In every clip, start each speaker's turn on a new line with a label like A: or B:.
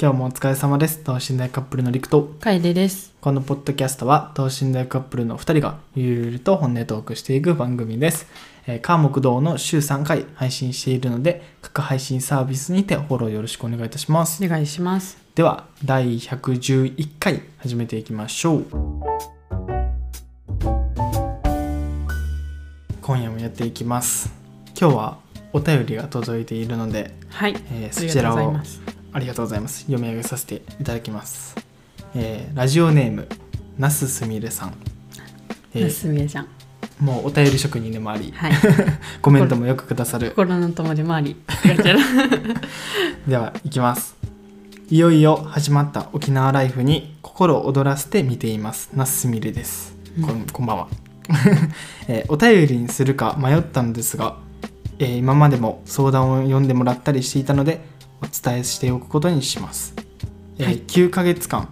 A: 今日もお疲れ様です等身大カップルのりくと
B: 楓です。
A: このポッドキャストは等身大カップルの2人がゆるゆると本音トークしていく番組です、えー、カーモク堂の週3回配信しているので各配信サービスにてフォローよろしくお願いいたします
B: お願いします。
A: では第111回始めていきましょう今夜もやっていきます今日はお便りが届いているので、
B: はい。
A: えー
B: あ
A: そ
B: り
A: ち
B: が
A: ら
B: とうござい
A: を
B: ます。
A: ありがとうございます読み上げさせていただきます、えーラジオネームなすすみれさん、えー
B: なすみえちゃん。
A: もうお便り職人でもあり
B: はい。
A: コメントもよくくださる
B: 心の友でもあり。ガチャラ
A: ではいきますいよいよ始まった沖縄ライフに心躍らせて見ていますなすすみれです、こんこんばんは、 えーお便りにするか迷ったのですが、えー今までも相談を読んでもらったりしていたのでお伝えしておくことにします、えー
B: はい
A: 9ヶ月間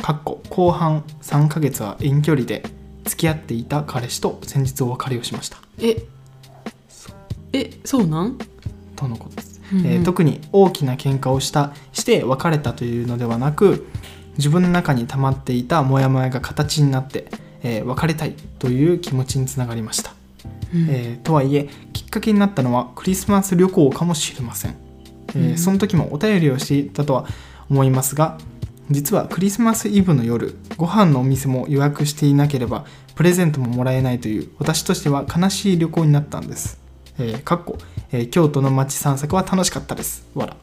A: かっこ後半3ヶ月は遠距離で付き合っていた彼氏と先日お別れをしました
B: え。え、そうなん。
A: とのことです、
B: うんうん
A: えー特に大きな喧嘩をしたして別れたというのではなく自分の中に溜まっていたモヤモヤが形になって、えー別れたいという気持ちにつながりました、
B: うん
A: えーとはいえきっかけになったのはクリスマス旅行かもしれません、えー
B: うん
A: その時もお便りをしていたとは思いますが実はクリスマスイブの夜ご飯のお店も予約していなければプレゼントももらえないという私としては悲しい旅行になったんです、えーかっこえー京都の街散策は楽しかったですわら、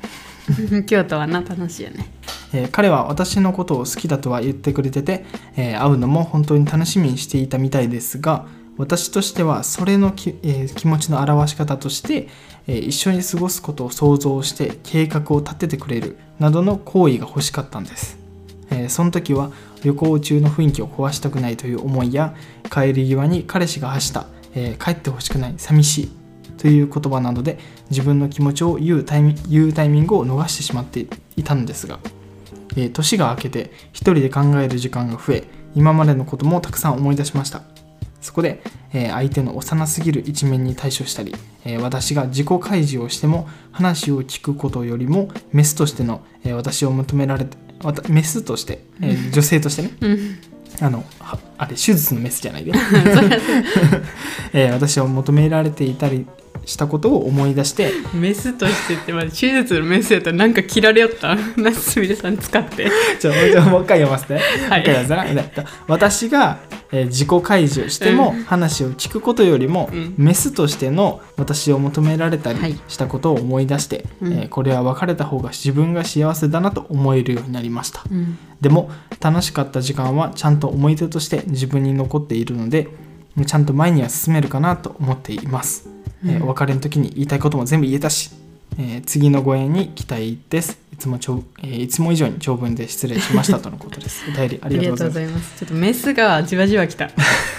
B: 京都はな、楽しいよね。
A: えー彼は私のことを好きだとは言ってくれてて、えー会うのも本当に楽しみにしていたみたいですが私としてはそれのき、えー気持ちの表し方として、えー一緒に過ごすことを想像して計画を立ててくれるなどの行為が欲しかったんです、えーその時は旅行中の雰囲気を壊したくないという思いや帰り際に彼氏が発した、えー帰ってほしくない寂しいという言葉などで自分の気持ちを言うタイミ言うタイミングを逃してしまっていたのですが、えー年が明けて一人で考える時間が増え今までのこともたくさん思い出しましたそこで、えー相手の幼すぎる一面に対処したり、えー私が自己開示をしても話を聞くことよりもメスとしての、えー私を求められてわたメスとして、え ー女性としてね
B: うん。
A: あのはあれ手術のメスじゃない で、 えー私を求められていたりしたことを思い出 して
B: メスとしてって、まだ手術のメスやったら、なんか切られよ った。なすみれさん使って。
A: ちょ、ちょ、もう一回読ませて。もう一
B: はい
A: 回読ませてねえっと。私が、えー自己開示をしても、話を聞くことよりも、
B: うん
A: メスとしての私を求められた
B: はい
A: りしたことを思い出して、
B: うん
A: えーこれは別れた方が自分が幸せだなと思えるようになりました。
B: うん。
A: でも楽しかった時間はちゃんと思い出として自分に残っているのでちゃんと前には進めるかなと思っています、えーお別れの時に言いたいことも全部言えたし、えー次のご縁に期待ですいつもちょ、えーいつも以上に長文で失礼しましたとのことです お便りあ
B: あ
A: り
B: り
A: が
B: が
A: と
B: と
A: う
B: う
A: ご
B: ご
A: ざいます
B: ざいます。ちょっとメスがじわじわき た。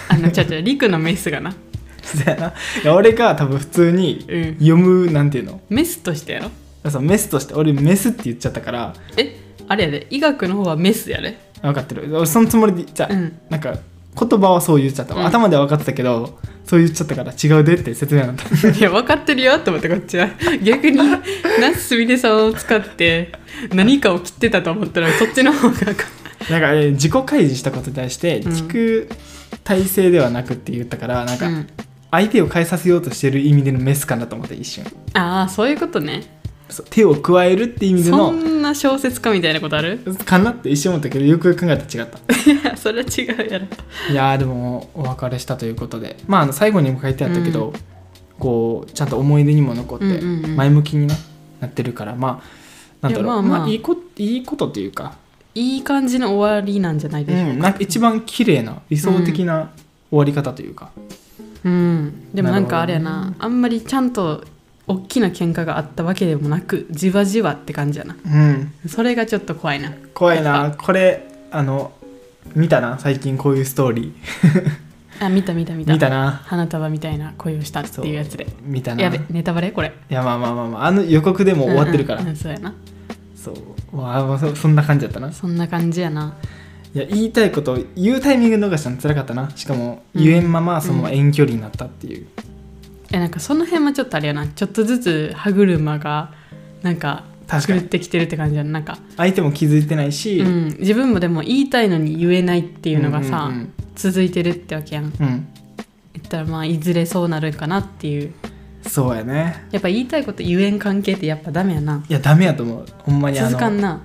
B: あの、ちょちょ、りくのメスがな。
A: そうや ないや俺が多分普通に
B: うん
A: 読むなんていうの
B: メスとしてやろ。
A: そのメスとして俺メスって言っちゃったから
B: え、あれやで、医学の方はメスやで。
A: 分かってる俺そのつもりでじゃあ、
B: うん
A: なんか言葉はそう言っちゃった、
B: うん
A: 頭では分かってたけどそう言っちゃったから違うでって説明 になった
B: いや分かってるよと思ってこっちは 逆になすすみれさんを使って何かを切ってたと思ったらそっちの方が
A: なんか、えー自己開示したことに対して
B: うん
A: 聞く体制ではなくって言ったから、なん
B: う
A: か
B: ん、
A: 相手を変えさせようとしてる意味でのメスかなと思って一瞬
B: ああそういうことね
A: そう手を加えるって意味で
B: そ
A: の
B: んな小説家みたいなことある
A: かなって一瞬思ったけどよくよく考えたら違った
B: いやそれは違うやろ
A: いやーでもお別れしたということでまああの最後にも書いてあったけど、
B: う
A: こうちゃんと思い出にも残って
B: うんうんうん
A: 前向きに、ねなってるからまあなんだろう
B: いやま
A: まあ
B: あまあ
A: いいこいいことというか
B: いい感じの終わりなんじゃないでしょう
A: うん、なんか一番綺麗な理想的な終わり方というか、
B: うん、でもなんかあれや
A: なるほ
B: なあんまりちゃんと大きな喧嘩があったわけでもなくじわじわって感じやな
A: うん、
B: それがちょっと怖いな
A: 怖いなこれあの見たな最近こういうストーリ
B: あ見た見た見
A: ー
B: た
A: 見たな
B: 花束みたいな恋をしたっていうやつで
A: 見たな
B: やべネタバレこれ
A: いやまあまあまあ、まあ、あの予告でも終わってるから、
B: うんうんうんそうやな
A: そうわあまあそそんな感じだったない
B: そんな感じやな
A: や言いたいこと言うタイミング逃したの辛かったなしかも言えんままその遠距離になったっていう、
B: えなんかその辺はちょっとあれやなちょっとずつ歯車がなんか
A: 確か
B: 狂っ
A: に
B: てきてるって感じじゃんなんか、
A: 相手も気づいてないし、
B: うん、自分もでも言いたいのに言えないっていうのがさ、
A: うんうん
B: 続いてるってわけやん
A: うんうん
B: 言ったらまあいずれそうなるかなっていう
A: そうやね
B: やっぱ言いたいこと言えん関係ってやっぱダメやない
A: やダメやと思うほんまにあ
B: 続か
A: の
B: んな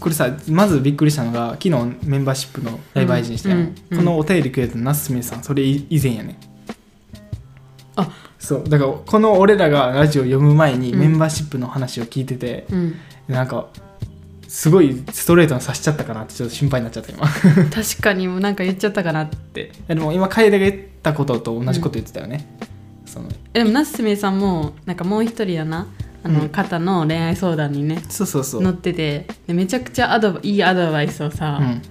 A: これさまずびっくりしたのが昨日メンバーシップのライブ配信したやん、
B: うんうん
A: このお便りくれたなすすめさんそれ以前やね
B: あ
A: そうだからこの俺らがラジオ読む前に
B: うん
A: メンバーシップの話を聞いてて、
B: うん
A: なんかすごいストレートにさしちゃったかなってちょっと心配になっちゃった今
B: 確かにもうなんか言っちゃったかなって
A: でも今楓が言ったことと同じこと言ってたよね、その
B: えでもナスミさんもなんかもう一人やなあの、
A: うん
B: 方の恋愛相談にね
A: そうそうそう
B: 乗っててでめちゃくちゃアドバいいアドバイスをさ、
A: うん、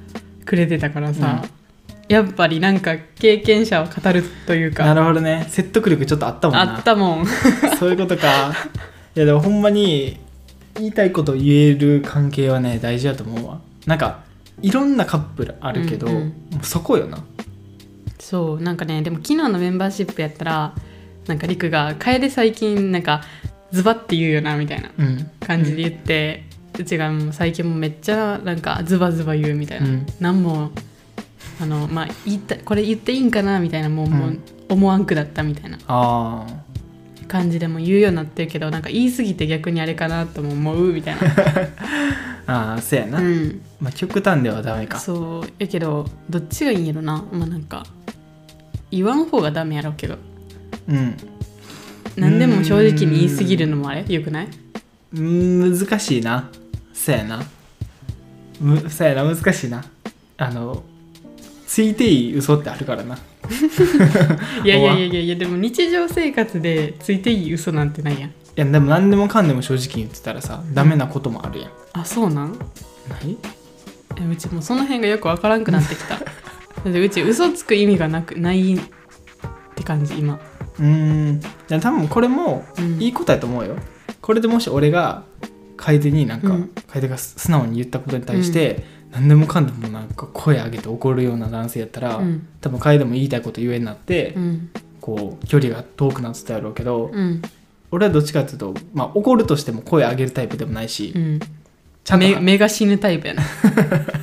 B: くれてたからさ、やっぱりなんか経験者を語るという
A: な
B: か
A: るほどね説得力ちょっとあったもんな
B: あったもん
A: そういうことか。いやでもほんまに言いたいこと言える関係はね大事だと思うわ。なんかいろんなカップルあるけど、
B: うんうん
A: もうそこよな。
B: そうなんかねでも昨日のメンバーシップやったらなんかりくが「楓最近なんかズバッて言うよな」みたいな
A: うん。
B: 感じで言って、うちがもう最近もめっちゃなんかズバズバ言うみたいな、
A: うん
B: なんもあのまあ言ったこれ言っていいんかなみたいなもう,、
A: うん
B: もう思わんくだったみたいな
A: ああ。
B: 感じでも言うようになってるけどなんか言い過ぎて逆にあれかなとも思うみたい
A: ああ、そうやな。
B: な、うん、
A: まあ極端ではダメか。
B: そうやけどどっちがいいんやろなまあなんか言わん方がダメやろうけど
A: うん。
B: 何でも正直に言い過ぎるのもあれよくないう
A: ーん難しいな。そうやな。むそうやな難しいな。あのついていい嘘ってあるからな。
B: いやいやいやいやいやでも日常生活でついていい嘘なんてないやん
A: いやでも何でもかんでも正直に言ってたらさ、ダメなこともあるやん。
B: あそうなん
A: ない？
B: えうちもうその辺がよくわからんくなってきた だってうち嘘つく意味がなくないって感じ今
A: うーんいや多分これも
B: うん
A: いいことやと思うよ、これでもし俺が楓になんか、
B: うん
A: 楓がす素直に言ったことに対して、何でもかんでもなんか声上げて怒るような男性やったら、
B: うん
A: 多分楓も言いたいこと言えになって、
B: うん
A: こう距離が遠くなってたやろうけど、
B: うん
A: 俺はどっちかっていうと、まあ、怒るとしても声上げるタイプでもないし、
B: うん
A: ちゃんと
B: 目目が死ぬタイプやな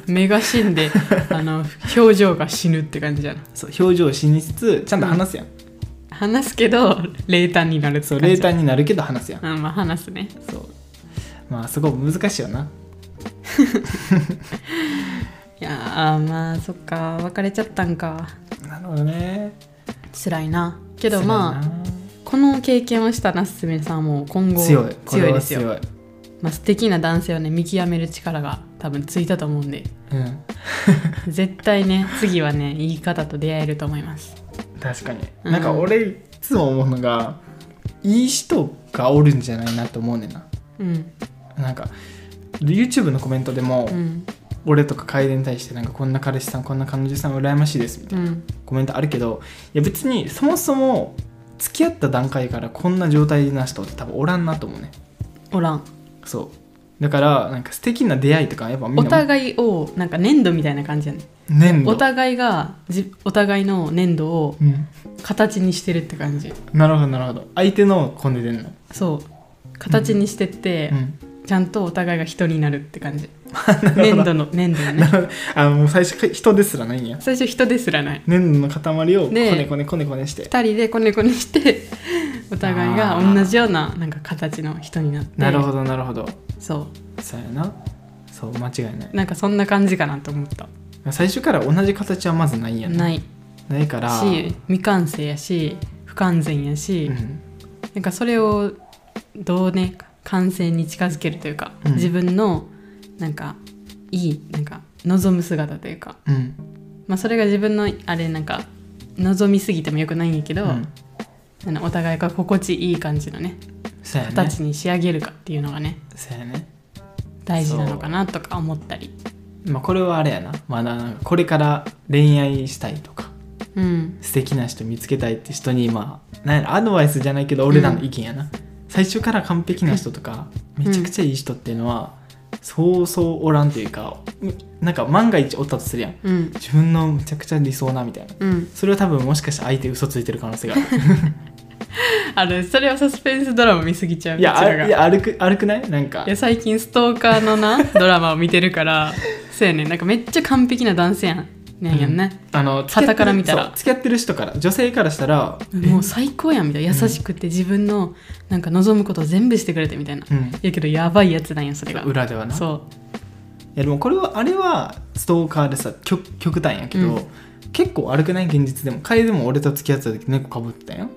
B: 目が死んであの表情が死ぬって感じじゃな
A: そう表情をしにしつつちゃんと話すやん、
B: 話すけど冷淡になるって
A: そう
B: 感じ
A: 冷淡になるけど話すやん、
B: うんまあ話すね
A: そうまあそこ難しいよない
B: やーまあそっか別れちゃったんか
A: なるほどね
B: 辛いなけ
A: け
B: どまあ
A: あ
B: この経験をしたなすすめさんはもう今後
A: 強いこれは
B: ですよ
A: 強い
B: まあ、素敵な男性をね見極める力が多分ついたと思う んで
A: うん
B: 絶対ね次はねいい方と出会えると思います
A: 確かに、
B: うん
A: なんか俺いつも思うのがいい人がおるんじゃないなと思うねんな
B: うん
A: なんか YouTube のコメントでも、
B: うん
A: 俺とか楓に対してなんかこんな彼氏さんこんな彼女さん羨ましいですみたい
B: うん
A: なコメントあるけどいや別にそもそも付き合った段階からこんな状態な人って多分おらんなと思うね
B: おらん
A: そうだからなんか素敵な出会いとかやっぱみんな
B: お互いをなんか粘土みたいな感じやね
A: 粘土
B: お互いがじお互いの粘土を
A: うん、
B: 形にしてるって感じ
A: なるほどなるほど相手のコンデ出るの、
B: そう形にしてって
A: う、ん、
B: ちゃんとお互いが人になるっ て感じ粘土の粘土のね
A: あもう最初か人ですらないんや
B: 最初人ですらない
A: 粘土の塊をこ
B: ねえ
A: ねこねこねこねして
B: 2人でこねこねして お互いが同じようななんか形の人になって
A: なるほどなるほど
B: そ
A: そうやなそう間違いないう
B: なんかそんな感じかなと思った
A: 最初から同じ形はまずないんやな
B: ない
A: ないから
B: し未完成やし不完全やし、
A: うん
B: なんかそれをどうね完成に近づけるというか、
A: うん
B: 自分のなんかいいなんか望む姿というか、
A: うん
B: まあ、それが自分のあれなんか望みすぎてもよくないんやけ
A: う
B: ど、
A: ん
B: あのお互いが心地いい感じのね
A: そうやね
B: 形に仕上げるかっていうのがね
A: そうやね
B: 大事なのかなとか思ったり
A: まあこれはあれやなまだなんかこれから恋愛したいとか
B: うん
A: 素敵な人見つけたいって人にまあなんやろアドバイスじゃないけど俺らの意見やな、最初から完璧な人とか
B: ん
A: めちゃくちゃいい人っていうのは、そうそうおらんというかなんか万が一おったとするやん
B: うん
A: 自分のめちゃくちゃ理想なみたいな
B: うん
A: それは多分もしかして相手嘘ついてる可能性がある
B: あれそれはサスペンスドラマ見すぎちゃう
A: いや
B: うちらが
A: あいや歩く歩くないなんか
B: いや最近ストーカー のなドラマを見てるからそうやねんなんかめっちゃ完璧な男性やんねんやんね、
A: あの
B: 傍から見たら
A: そう付き合ってる人から女性からしたら
B: もう最高やんみたいな優しくて自分のなんか望むことを全部してくれてみたいな、
A: うん
B: やけどやばいやつなんやそれが
A: 裏ではな
B: そ
A: いやでもこれはあれはストーカーでさ極極端やけど、
B: うん
A: 結構悪くない現実でも楓も俺と付き合ってた時猫かぶってたよ、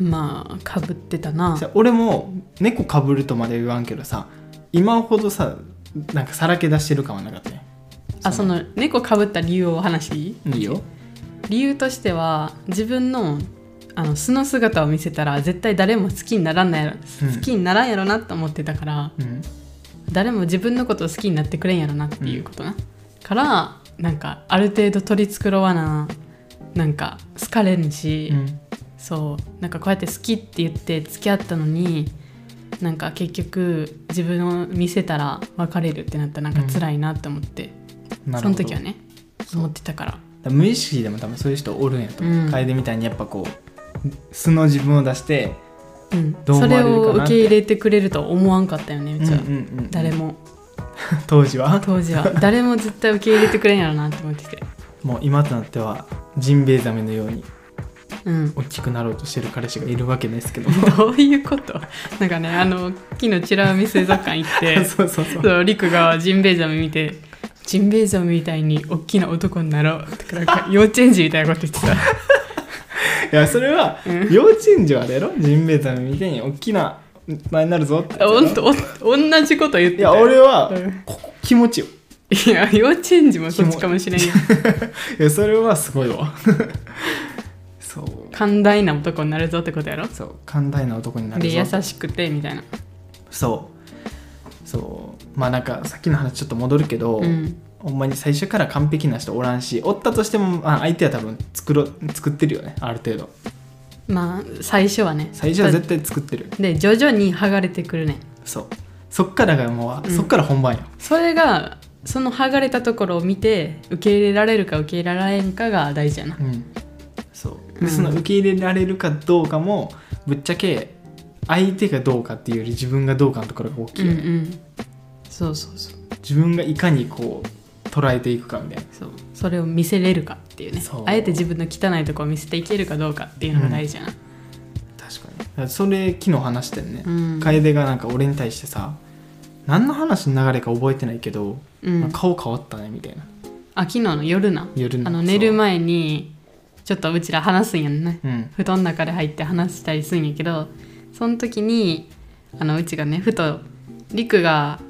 B: うまあかぶってたな
A: さ俺も猫かぶるとまで言わんけどさ今ほどさなんかさらけ出してる感はなかったね
B: あその猫かぶった理由をお話していい
A: いいよ
B: 理由としては自分のあの素の姿を見せたら絶対誰も好きにならんないやろ、
A: うん
B: 好きにならんやろなと思ってたから
A: うん
B: 誰も自分のことを好きになってくれんやろなっていうことな、からなんかある程度取り繕わななんか好かれんし、
A: うん
B: そうなんかこうやって好きって言って付き合ったのになんか結局自分を見せたら別れるってなったらなんか辛いなって思って、
A: なるほど
B: その時はね思ってたから
A: だから無意識でも多分そういう人おるんやと思う、
B: うん
A: 楓みたいにやっぱこう素の自分を出して
B: うん、
A: どう
B: そ
A: 思わ
B: れ
A: れるかなって
B: を受け入れてくれるとは思わんかったよねうちは、
A: うんうんうん
B: 誰も
A: 当時は
B: 当時は誰も絶対受け入れてくれんやろなって思ってて
A: もう今となってはジンベエザメのように
B: うん
A: 大きくなろうとしてる彼氏がいるわけですけど
B: どういうことなんかねあの昨日美ら海水族館行っ て
A: そうそうそう
B: そうリクがジンベエザメ見て「ジンベエザメみたいに大きな男になろう」とかなんか幼稚園児みたいなこと言ってた
A: いやそれは
B: うん
A: 幼稚園児はあれやろジンベエザメみたいに大きな前になるぞ ってやつやろ
B: ほんとおん同じこと言って
A: い
B: た
A: や
B: よ
A: 俺は
B: うん
A: ここ気持ちよ
B: いや幼稚園児もそっちかもしれんよ
A: いやそれはすごいわ そう
B: 寛大な男になるぞってことやろ
A: そう寛大な男になるぞ
B: で優しくてみたいな
A: そうそうまあなんかさっきの話ちょっと戻るけど、
B: うん
A: ほんまに最初から完璧な人おらんしおったとしても、まあ、相手は多分作ろ作ってるよねある程度
B: まあ最初はね
A: 最初は絶対作ってる
B: で徐々に剥がれてくるね
A: そうそっからがもう、
B: うん
A: そっから本番よ
B: それがその剥がれたところを見て受け入れられるか受け入れられんかが大事やな
A: うんそうで
B: うん
A: その受け入れられるかどうかもぶっちゃけ相手がどうかっていうより自分がどうかのところが大き
B: う
A: い
B: ん
A: よ
B: う
A: ね、
B: んそうそうそう
A: 自分がいかにこう捉えていくかみたいな
B: そうそれを見せれるかっていうね
A: そう
B: あえて自分の汚いところを見せていけるかどうかっていうのが大事やな
A: 確かにだからそれ昨日話してんね、
B: うん
A: 楓がなんか俺に対してさ何の話の流れか覚えてないけど、
B: うん、
A: 顔変わったねみたいな
B: あ昨日の夜な
A: 夜の
B: あの寝る前にちょっとうちら話すんやんね
A: そううん
B: 布団の中で入って話したりするんやけどその時にあのうちがねふとりくが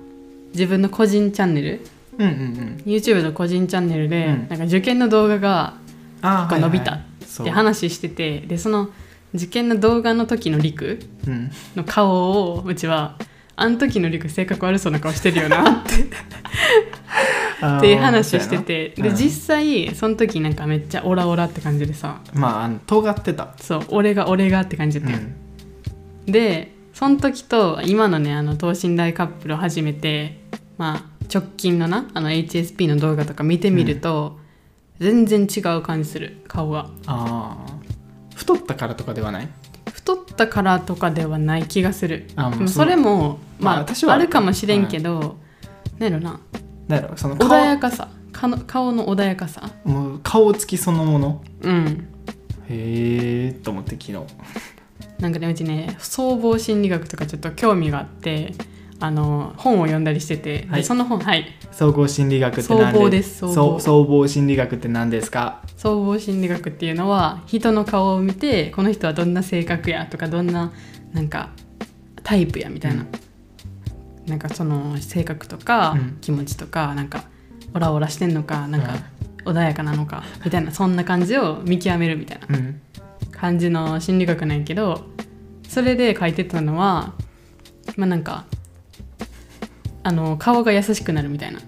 B: 自分の個人チャンネル
A: うんうんうん
B: YouTube の個人チャンネルで、
A: うん
B: なんか受験の動画が
A: あ
B: 伸びた
A: はい
B: っ
A: はいそう
B: て話しててでその受験の動画の時のりく
A: うん、
B: の顔をうちはあの時のりく性格悪そうな顔してるよな ってっていう話をしてて
A: あーそう
B: で
A: やな
B: 実際その時なんかめっちゃオラオラって感じでさ
A: うんまああの尖ってた、
B: そう俺が俺がって感じ
A: う
B: だったよ、
A: ん
B: でその時と今のねあの等身大カップルを始めてまあ直近のなあの HSP の動画とか見てみると、全然違う感じする顔が
A: ああ太ったからとかではない
B: 太ったからとかではない気がする
A: あもう
B: でも
A: そう
B: それも
A: まあ
B: まあ、
A: 私は
B: あるかもしれんけど、なんやろな
A: なんやろその
B: 穏や
A: 顔
B: かさかの顔の穏やかさ
A: もう顔つきそのもの
B: うん
A: へえと思って昨日
B: なんかねうちね総合心理学とかちょっと興味があってあの本を読んだりしてて、で
A: はい
B: その本はい
A: 総合心理学って何
B: 総合です
A: 総
B: 総合
A: 合総合心理学って何ですか
B: 総合心理学っていうのは人の顔を見てこの人はどんな性格やとかどんななんかタイプやみたいな、なんかその性格とか、
A: うん
B: 気持ちとかなんかオラオラしてんのかなんか
A: うん、
B: 穏やかなのかみたいなそんな感じを見極めるみたいな
A: うん
B: 感じの心理学なんやけどそれで書いてたのはまあなんかあの顔が優しくなるみたいな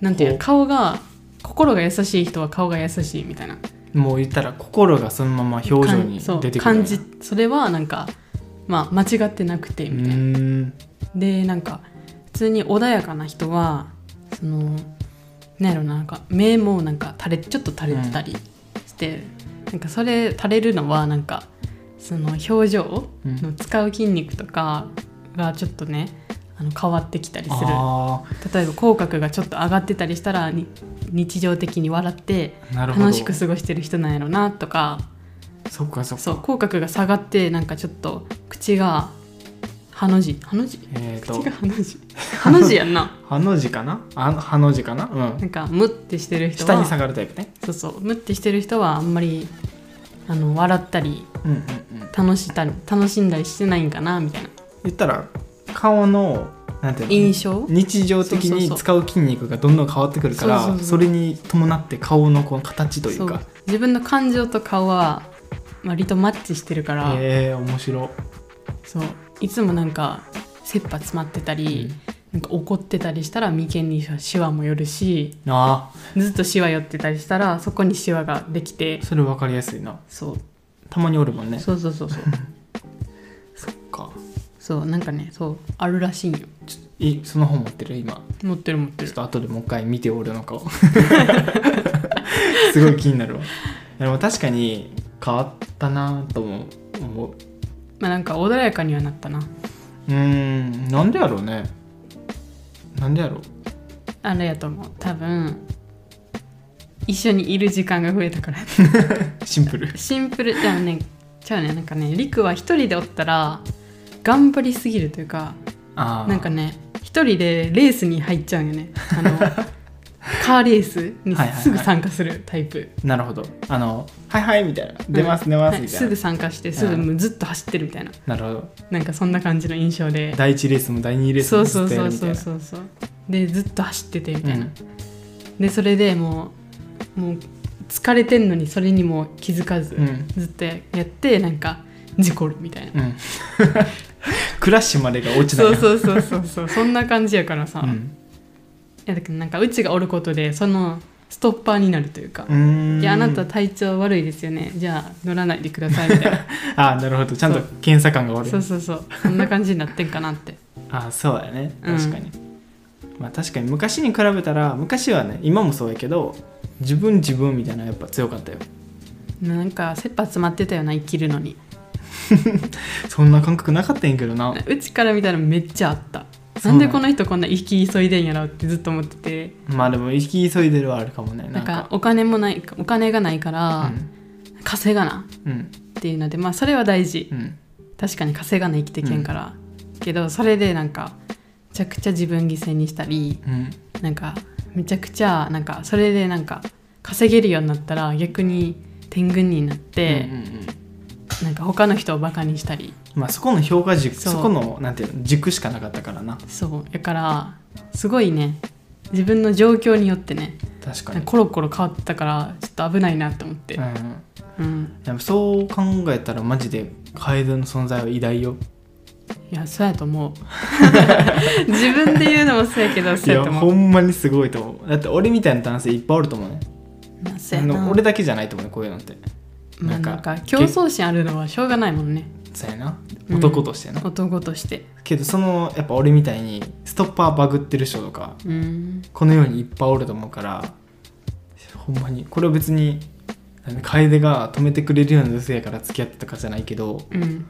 B: なんていう
A: ほ
B: の
A: う
B: 顔が心が優しい人は顔が優しいみたいな
A: もう言ったら心がそのまま表情に
B: かんそう
A: 出てくる
B: 感じそれはなんかまあ間違ってなくて
A: う
B: みたいな、
A: ーん
B: でなんか普通に穏やかな人はそのなんやろななんか目もなんか垂れちょっと垂れてたりして、なんかそれ垂れるのはなんかそその表情
A: うん
B: の使う筋肉とかがちょっとねあの変わってきたりする
A: あ
B: 例えば口角がちょっと上がってたりしたらに日常的に笑って
A: あなるほど
B: 楽しく過ごしてる人なんやろなとか
A: そっかそっか
B: そう口角が下がってなんかちょっと口がハの字ハの字
A: えっ、
B: 口
A: と
B: がハの字ハの字やんな
A: ハの字かなあハの字かなうん
B: なんかムッてしてる人
A: 下
B: は
A: に下がるタイプね
B: そうそうムッてしてる人はあんまりあの笑ったり
A: うんうんうん
B: 楽したり楽しんだりしてないんかなみたいな
A: 言ったら顔のなんていうの
B: 印象
A: 日常的
B: そうそう
A: に
B: そう
A: 使う筋肉がどんどん変わってくるからそ
B: そうそうそう
A: れに伴って顔のこの形というか
B: そう自分の感情と顔は割とマッチしてるから、
A: えー、面白
B: そういつもなんか切羽詰まってた
A: い、
B: り、
A: うん
B: なんか怒ってたりしたら眉間にシワも寄るし
A: あ
B: ずっとシワ寄ってたりしたらそこにシワができて
A: ーそれ分かりやすいな
B: そう
A: たまにおるもんね
B: そうそ うそうそう
A: そっか
B: そうなんかねそうあるらしいんよ
A: いその本持ってる今
B: 持ってる持っ
A: ちょ
B: てる
A: っと後でもう一回見て俺 の顔すごい気になるわでも確かに変わったなとも思う
B: まあなんか穏やかにはなったな
A: うーんなんでやろうねなんでやろう
B: あれやと思う多分一緒にいる時間が増えたから
A: シンプル
B: シンプルじゃあねじゃあねなんかねりくは一人でおったら頑張りすぎるというか
A: あー
B: なんかね一人でレースに入っちゃうんよね あのカーレースに
A: はいはいはい
B: すぐ参加するタイプ、
A: なるほどあの「はいはい」みたいな「出ます出ます」
B: はい
A: みたいな、
B: すぐ参加してすぐ
A: うん
B: もうずっと走ってるみたいな、
A: なるほど
B: なんかそんな感じの印象で
A: 第1レースも第2レース
B: そ
A: も
B: う
A: ず
B: そ
A: っ
B: う
A: とや
B: そ
A: る
B: う
A: みたい
B: そ
A: な
B: うそうそうでずっと走っててみたいな、
A: うん
B: でそれでもうもう疲れてんのにそれにも気づかず、
A: うん
B: ずっとやってなんか事故るみたいな、
A: うんクラッシュまでが落ちない
B: そ
A: な
B: うそうそうそうそうそんな感じやからさ、
A: う
B: い
A: ん
B: やだけどなんかうちがおることでそのストッパーになるというか、
A: うーん
B: いやあなた体調悪いですよねじゃあ乗らないでくださいみたいな
A: あーなるほどちゃんと
B: そう
A: 検査感が悪い
B: そうそうそうそんな感じになってんかなって
A: あーそうだね
B: うん
A: 確かに、まあ確かに昔に比べたら昔はね今もそうやけど自分自分みたいなのやっぱ強かったよ
B: なんか切羽詰まってたよな生きるのに
A: そんな感覚なかったんやけどな
B: うちから見たらめっちゃあった
A: そうなん
B: な
A: んや
B: でこの人こんな生き急いでんやろってずっと思ってて
A: まあでも行き急いでるはあるかもね
B: な
A: なんん
B: か
A: か
B: お金もないお金がないから稼がな
A: うんうん
B: っていうのでまあそれは大事
A: うん
B: 確かに稼がない生きてけんから、けどそれでなんかめちゃくちゃ自分犠牲にしたり
A: うん
B: なんかめちゃくちゃなんかそれでなんか稼げるようになったら逆に天狗になって
A: うん、うんうん
B: なんか他の人をバカにしたり
A: まあそこの評価軸
B: そ
A: そうこのなんていうの軸しかなかったからな
B: そうだからすごいね自分の状況によってね
A: 確かに、
B: コロコロ変わってたからちょっと危ないなと思って
A: う、ん、
B: うん、
A: でもそう考えたらマジでカエルの存在は偉大よ
B: いやそうやと思う 自分で言うのもそうやけど
A: い
B: そうや
A: や
B: と思
A: ほ
B: うん
A: まにすごいと思うだって俺みたいな男性いっぱいおると思うね
B: まあそう
A: あ
B: やな
A: の俺だけじゃないと思うねこういうのって
B: ま
A: な
B: あ
A: んか
B: なんか競争心あるのはしょうがないもんね
A: そうやな
B: うん
A: 男としてな、
B: 男として
A: けどそのやっぱ俺みたいにストッパーバグってる人とか
B: うん
A: この世にいっぱいおると思うからほんまにこれは別になんか楓が止めてくれるような女性やから付き合ってたかじゃないけど
B: うん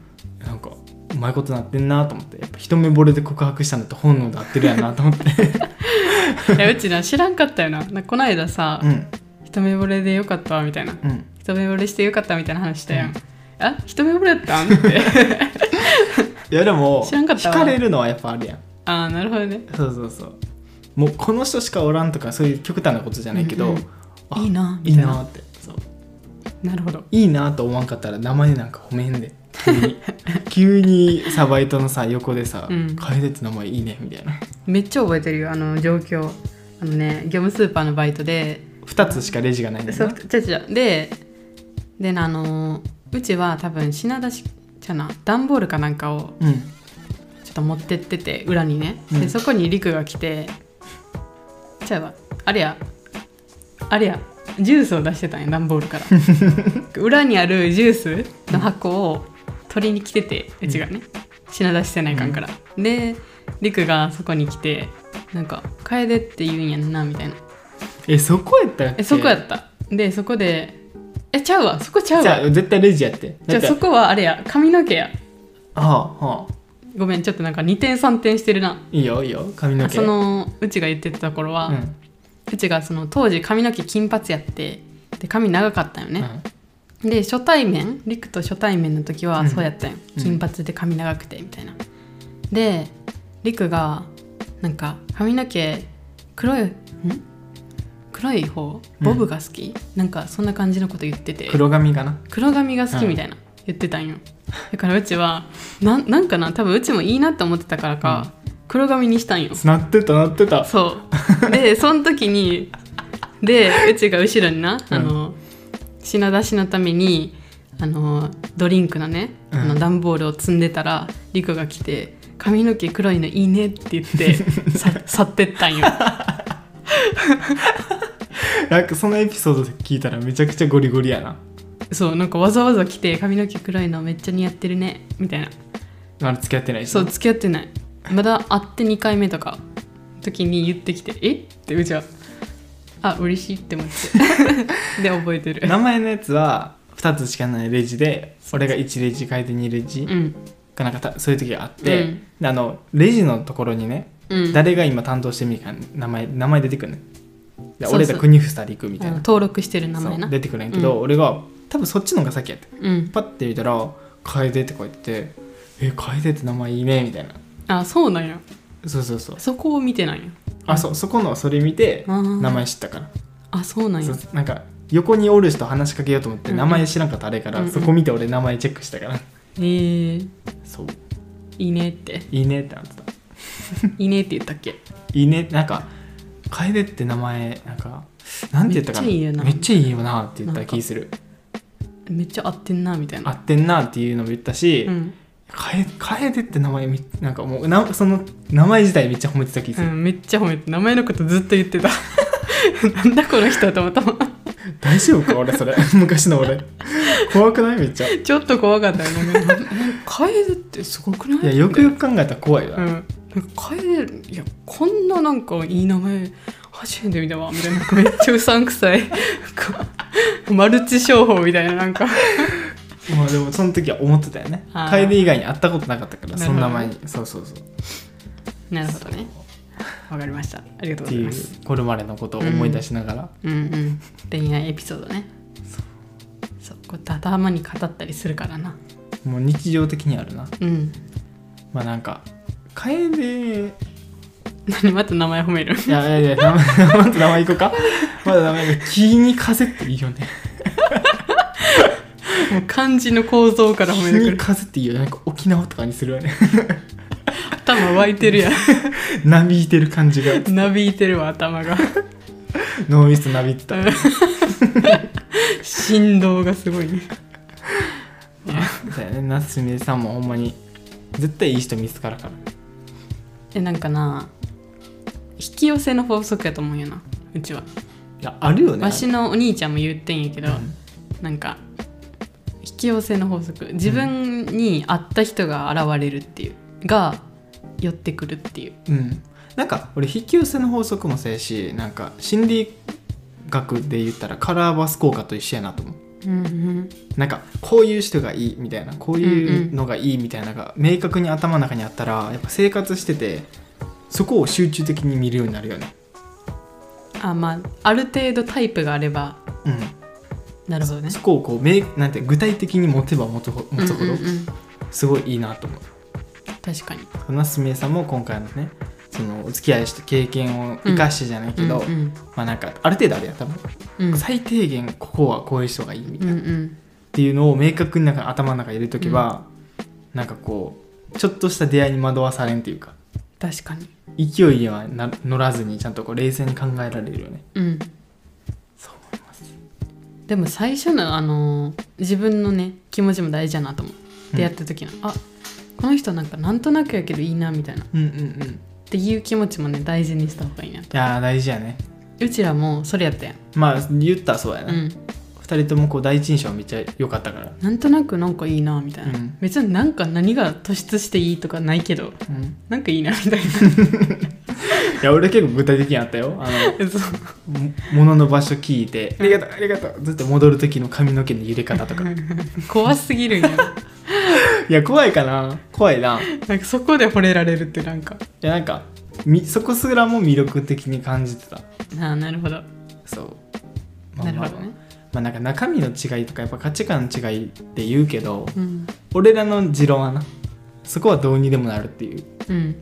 A: なんかうまいことなってんなと思ってやっぱ一目惚れで告白したのって本能で合ってるやんなと思って
B: いやうちな知らんかったよななんかこの間 さ、
A: うん
B: 一目惚れでよかったわみたいな
A: うん
B: 一目惚れしてよかったみたいな話したやん、
A: うん
B: あ一目惚れやったんって
A: いやでも
B: 知らんかった
A: 惹
B: わ
A: かれるのはやっぱあるやん
B: ああなるほどね
A: そうそうそうもうこの人しかおらんとかそういう極端なことじゃないけど、
B: うんうん
A: あ
B: いいなみ
A: いい
B: たいな
A: なってそう
B: なるほど
A: いいなと思わんかったら名前なんか褒めんで急 に急にさバイトのさ横でさ
B: う
A: 「
B: ん
A: 楓、って名前いいね」みたいな
B: めっちゃ覚えてるよあの状況あのね業務スーパーのバイトで
A: 2つしかレジがないんだ
B: そ
A: よ
B: う
A: な
B: ちゃちゃでであのうちは多分品出しじゃな段ボールかなんかを
A: うん
B: ちょっと持ってってて裏にね、
A: う
B: で
A: ん
B: そこにリクが来てじゃああれやあれやジュースを出してたんや段ボールから 裏にあるジュースの箱を取りに来ててうちがね品出してないかんから、でリクがそこに来てなんか「楓って言うんやんな」みたいな
A: えそこやったっけ
B: えそこやったでそこでえちゃうわそこちゃう
A: じゃ
B: わ
A: あ絶対レジやって
B: じゃ
A: だ
B: あ
A: って
B: そこはあれや髪の毛や
A: はあはあ
B: ごめんちょっとなんか2点3点してるない
A: いよいいよ髪の毛
B: そのうちが言ってた頃は、
A: う
B: うんちがその当時髪の毛金髪やってで髪長かったよ
A: う
B: ね、
A: ん
B: で初対面陸と初対面の時
A: う
B: は
A: ん
B: そうやったよ、
A: うん
B: 金髪で髪長くてみたいなで陸がなんか髪の毛黒いん黒い方ボブが好き、なんかそんな感じのこと言ってて
A: 黒髪かな
B: 黒髪が好きみたいな、言ってたんよだからうちはなんなんかな多分うちもいいなって思ってたからか、黒髪にしたんよ
A: なってたなってた
B: そうでその時にでうちが後ろにな、あの品出しのためにあのドリンクのね、あ
A: う
B: の
A: ん
B: 段ボールを積んでたらリコが来て「髪の毛黒いのいいね」って 言ってさ去ってったんよ
A: なんかそのエピソード聞いたらめちゃくちゃゴリゴリやな
B: そうなんかわざわざ来て「髪の毛黒いのめっちゃ似合ってるね」みたいな
A: まだ付き合ってないし
B: そう付き合ってないまだ会って2回目とか時に言ってきて「えっ?」てうちは「あ嬉しい」って思っ てで覚えてる
A: 名前のやつは2つしかないレジで俺が1レジ変えて2レジ
B: うん
A: かなんかたそういう時があって、
B: うん
A: であのレジのところにね、
B: うん
A: 誰が今担当してみるか名前名前出てくるねで
B: そうそう
A: 俺ら国二人行くみた
B: あ
A: い
B: の
A: な
B: 登録してる名
A: そ
B: 前
A: う
B: な
A: 出てくるんやけど、俺が多分そっちの方が先やって
B: うん
A: パッて見たら「楓」って書いてて「え楓って名前いいね」みたいな
B: あそうなんや
A: そうそうそう
B: そこを見てないよ
A: あそうそこのそれ見て
B: あー
A: 名前知ったから
B: あそうなん
A: そ
B: や
A: うなんか横におる人話しかけようと思って
B: うんうん
A: 名前知らんかったあれから、
B: うんうん
A: そこ見て俺名前チェックしたから、
B: えー、
A: そう
B: いいねって
A: いいねってなってた
B: いいねって言ったっけ
A: いいねなんか楓って名前なんかなんて言ったかな
B: めっちゃいいよな
A: めっちゃいいよなって言った気する
B: めっちゃ合ってんなみたい
A: 合
B: な
A: ってんなっていうのも言ったし、
B: うん、
A: かえ楓って名前めなんかもうなその名前自体めっちゃ褒めてた気す
B: う
A: る、
B: ん、めっちゃ褒めて名前のことずっと言ってた なんだこの人と思ったもん
A: 大丈夫か俺それ 昔の俺怖くないめっちゃい
B: ちょっと怖かったよねなんか楓ってすごくない
A: やよくよく考えたら怖いわ、
B: うん、なんか楓いやこんななんかいい名前初めて見たわみたいななんかめっちゃうさんくさいなんかマルチ商法みたいな なんか
A: まあでもその時は思ってたよね
B: あー
A: 楓以外に会ったことなかったから
B: なる
A: そ
B: ほ
A: の
B: ど
A: 名前にそうそうそう
B: なるほどねわかりましたありがとう
A: って
B: ござい
A: いう
B: ます
A: これまでのことを思い出しながら、
B: うんうん恋愛エピソードねそうこうたたまに語ったりするからな
A: もう日常的にあるな
B: うん
A: まあなんか楓
B: 何また名前褒める
A: いやいやいや、 名前まず名前いこうか。まだ名前が、気に風っていいよね。
B: もう漢字の構造から褒め
A: 気
B: てく
A: に
B: る
A: 風っていいよね。なんか沖縄とかにするわね。
B: 頭湧いてるやん
A: なびいてる感じが。
B: なびいてるわ頭が
A: ノーミスなびいてた。
B: 振動がすごいね
A: そうやね。夏すみれさんもほんまに、絶対いい人見つからから。
B: えなんかな引き寄せの法則やと思うんよなうちは、
A: いや、あるよね。
B: わしのお兄ちゃんも言ってんやけど、
A: うん
B: なんか引き寄せの法則自分に合った人が現れるっていう、が寄ってくるっていう
A: うん。なんか、俺、引き寄せの法則もそうやし、なんか、心理学で言ったらカラーバス効果と一緒やなと思う。
B: うんうん
A: なんかこういう人がいいみたいなこういうのがいいみたいなのが明確に頭の中にあったらやっぱ生活しててそこを集中的に見るようになるよね。
B: あまあある程度タイプがあれば
A: うん、
B: なるほどね
A: そこをこう明なんて具体的に持てば持つほ持つほど
B: うんうんうん
A: すごいいいなと思う。
B: 確かに
A: なすみえさんも今回のねそのお付き合いした経験を生かしてじゃないけど、
B: うんうん
A: まあなんかある程度あるやん多分、
B: うん
A: 最低限ここはこういう人がいいみた
B: う
A: いな、
B: んう
A: っ
B: ん
A: ていうのを明確になんか頭の中に入れとけば、なんかこうちょっとした出会いに惑わされんっていうか。
B: 確かに
A: 勢いにはな乗らずにちゃんとこう冷静に考えられるよね
B: うん
A: そう
B: 思いますでも最初のあのー自分のね気持ちも大事だなと思う
A: うん
B: 出会った時の、あこの人なんかなんとなくやけどいいなみたいなっ
A: うんうんうんい
B: ていう気持ちもね大事にした方がいいな
A: やー大事やね
B: うちらもそれやったやん、
A: まあ言ったらそうやな、
B: う
A: 二
B: ん、
A: 人ともこう第一印象めっちゃ良かったから、
B: なんとなくなんかいいなみたいな、
A: うん
B: 別になんか何が突出していいとかないけど
A: うん、
B: なんかいいなみたいな
A: いや俺結構具体的にあったよあの も物の場所聞いて「ありがとうありがとう」ずっと戻る時の髪の毛の揺れ方と かい
B: 怖すぎる んや
A: や怖いかな怖いな
B: なんかそこで惚れられるってなんか
A: いやなんかみそこすらも魅力的に感じてた
B: ああなるほど
A: そう、ま
B: な
A: あ
B: る
A: まあ
B: ほどね、
A: まあなんか中身の違いとかやっぱ価値観の違いって言うけど
B: うん
A: 俺らの持論はなそこはどうにでもなるっていう
B: うん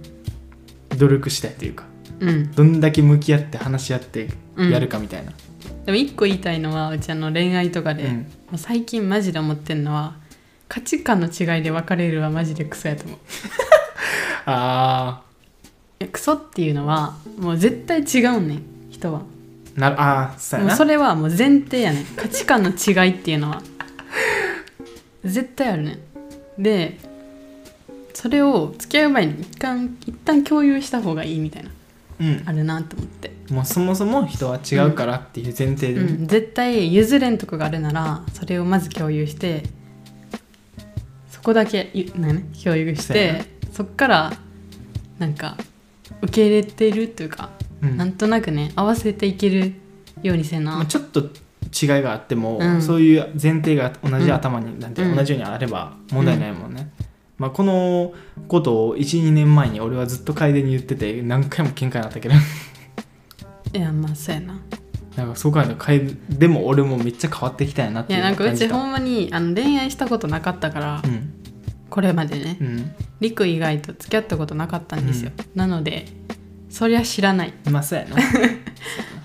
A: 努力したいというか
B: うん
A: どんだけ向き合って話し合って
B: うん
A: やるかみたいな、
B: でも一個言いたいのはうちあの恋愛とかで、
A: うん
B: もう最近マジで思ってんのは価値観の違いで別れるはマジでクソやと思う
A: あ
B: いやクソっていうのはもう絶対違うねん人は
A: ーなあーそうや
B: もう
A: な
B: それはもう前提やねん価値観の違いっていうのは絶対あるねんでそれを付き合う前に一旦一旦共有した方がいいみたいな
A: うん
B: あるなと思って、
A: もうそもそも人は違うからっていう前提で、
B: うん、絶対譲れんとこがあるならそれをまず共有してそこだけゆなんやね共有し
A: そうや
B: て
A: な
B: そっからなんか受け入れてるというか
A: うん
B: なんとなくね合わせていけるようにせ
A: まあ、
B: な
A: ちょっと違いがあっても、
B: うん
A: そういう前提が同じ頭に、なんて
B: うん
A: 同じようにあれば問題ないもんね、まあ、このことを12年前に俺はずっと楓に言ってて何回も喧嘩になったけど
B: いやまあそうやな
A: なんかそう考えたら楓でも俺もめっちゃ変わってきたよなっ
B: い
A: てい
B: や
A: う
B: なんかうち
A: のを
B: ほんまにあの恋愛したことなかったから、
A: 感じた
B: これまでね
A: うんうん
B: りく以外と付き合ったことなかったんですよ、なのでそりゃ知らない
A: まあそうや な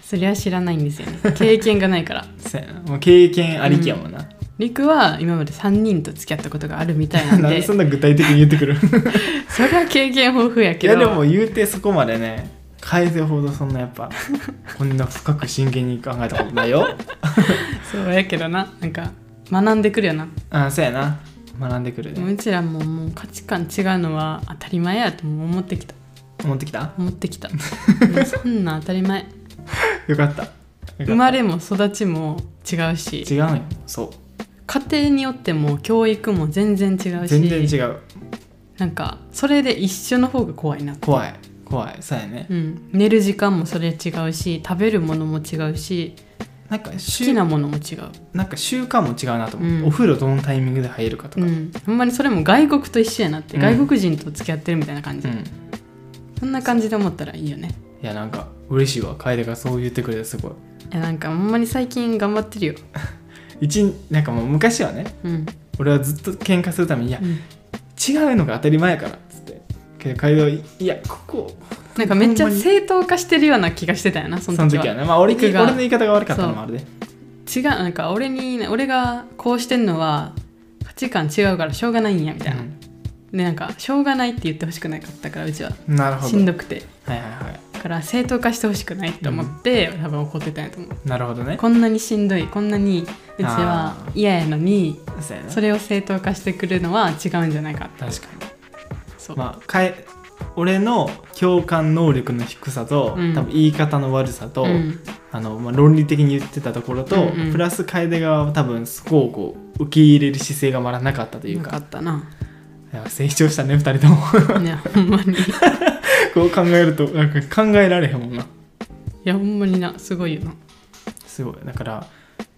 B: そりゃ知らないんですよね経験がないから
A: そうやなもう経験ありきやもんな、
B: りくは今まで3人と付き合ったことがあるみたいな ん
A: なん
B: で
A: でそ
B: そ
A: んな具体的に言ってくる
B: りゃ経験豊富や
A: い
B: けど
A: やでも言うてそこまでね楓ほどそんなやっぱこんな深く真剣に考えたことないよ
B: そうやけどななんか学んでくるよな
A: あそうやな学んでくるね
B: うちらももう価値観違うのは当たり前やとも思ってきた
A: 持ってきた
B: 思ってき たもうそんなん当たり前
A: よかったよかった
B: 生まれも育ちも違うし
A: 違うよそ
B: 家庭によっても教育も全然違
A: う
B: うし
A: 全然違う
B: なんかそれで一緒の方が怖いな
A: 怖い怖いそうやね
B: うん、寝る時間もそれ違うし食べるものも違うし
A: なんか
B: 好き
A: 習
B: な
A: な
B: ものも違う、
A: んか習慣も違うなと思う、
B: うん
A: お風呂どのタイミングで入るかと
B: う
A: か、
B: ん、ほんまにそれも外国と一緒やなって、
A: うん
B: 外国人と付き合ってるみたいな感じ、
A: うん
B: そんな感じで思ったらいいよね
A: いやなんか嬉しいわ楓がそう言ってくれてすごい
B: いやなんかほんまに最近頑張ってるよ、
A: 一なんかもう昔はね
B: うん
A: 俺はずっと喧嘩するためにいや
B: うん
A: 違うのが当たり前やからっつってけど楓はいいやここ
B: なんかめっち
A: ほ
B: ゃ
A: んまに
B: 正当化してるような気がしてたよなそ
A: そ
B: の
A: の
B: 時は
A: 時はねまあ俺
B: 時
A: 俺
B: が
A: の言い方が悪かったのもあるで
B: 違うなんか俺に俺がこうしてんのは価値観違うからしょうがないんやみたいな、でなんかしょうがないって言ってほしくなかったからうちは
A: うんなるほ
B: し
A: ど
B: ん
A: はい
B: どくて
A: はいは
B: だから正当化してほしくないって思って、多分怒ってたんやと思う
A: いなるほどね
B: こんなにしんどいこんなにうちは
A: あ
B: 嫌やのに
A: そうやな
B: それを正当化してくるのは違うんじゃないかって
A: 確かに
B: そう、
A: まあ、かえ俺の共感能力の低さと、
B: うん
A: 多分言い方の悪さと、
B: うん
A: あのまあ、論理的に言ってたところと、
B: うんうん
A: プラス楓側は多分そこをこう受け入れる姿勢がまだなかったという
B: よ
A: か
B: かったな
A: いや成長したね2人とも
B: いやほんまにい
A: こう考えるとなんか考えられへんもんな
B: やほんまになすごいよな
A: すごいだから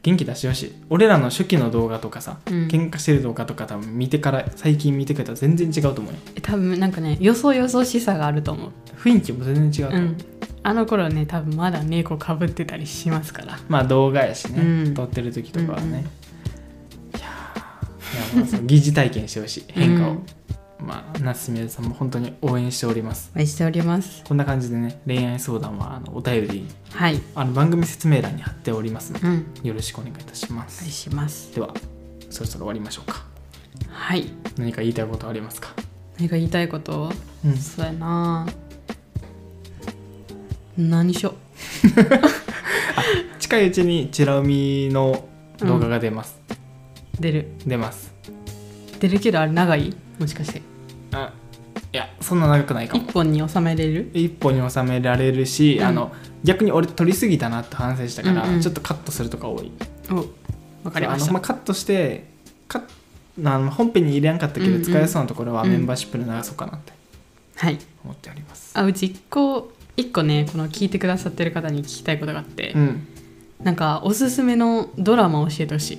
A: 元気出してほしい俺らの初期の動画とかさ、
B: うん
A: 喧嘩してる動画とか多分見てから最近見てくれたら全然違うと思うよ
B: え多分なんかねよそよそしさがあると思う
A: 雰囲気も全然違うと
B: う
A: 思う、
B: んあの頃ね多分まだ猫かぶってたりしますから
A: まあ動画やしね、
B: うん
A: 撮ってる時とかはね、
B: うんうん
A: いやーいやまあその疑似体験してほしい変化を、
B: うん
A: まあ夏みゆさんも本当に応援しております
B: 応援しております
A: こんな感じでね恋愛相談はあのお便り
B: はい
A: あの番組説明欄に貼っておりますので
B: うんお
A: よろしくお願いいたします、
B: 願いします
A: ではそろそろ終わりましょうか
B: はい
A: 何か言いたいことありますか
B: 何か言いたいこと
A: うん
B: そうやな何しよ
A: 近いうちにチラ海の動画が出ます、
B: う出る
A: 出ます
B: 出るけどあれ長いもしかして
A: あいやそんな長くないかも
B: 一本に収めれる
A: 一本に収められるし、
B: うん
A: あの逆に俺取りすぎたなって反省したから、
B: うんうん
A: ちょっとカットするとか多い
B: おわかりま
A: あ
B: し
A: の
B: た
A: まあ、カットしてカッあの本編に入れなかったけ
B: うんう
A: ど
B: ん
A: 使えそうなところは
B: うん
A: メンバーシップで流そうかなって
B: はい
A: 思っております、
B: あうち一個一個ねこの聞いてくださってる方に聞きたいことがあって、
A: うん
B: なんかおすすめのドラマを教えてほしい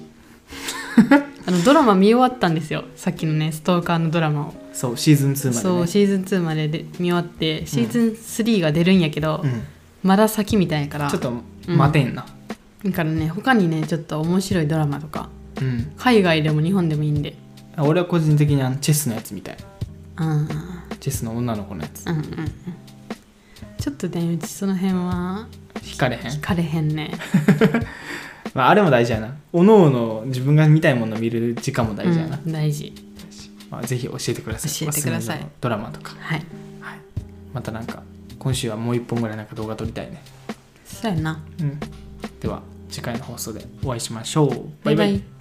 B: あのドラマ見終わったんですよさっきのねストーカーのドラマを、
A: そうシーズン2まで、ね、
B: そうシーズン2までで見終わってシーズン3が出るんやけど、
A: うん
B: まだ先みたいやから
A: ちょっと待てんな
B: だからね他にねちょっと面白いドラマとか
A: うん、
B: 海外でも日本でもいいんで
A: あ俺は個人的にあのチェスのやつみたい
B: うんうんうん
A: チェスの女の子のやつ
B: うんうんちょっとねうちその辺は
A: 惹かれへん
B: 惹、かれへんね
A: まあ、あれも大事やなおのおの自分が見たいものを見る時間も大事やな、
B: うん大事
A: まあ、ぜひ教えてください
B: 教えてください
A: おすすめのドラマとか、
B: はい
A: はい、またなんか今週はもう一本ぐらいなんか動画撮りたいね
B: そうやな
A: うんでは次回の放送でお会いしましょうバイバイ
B: バイバイ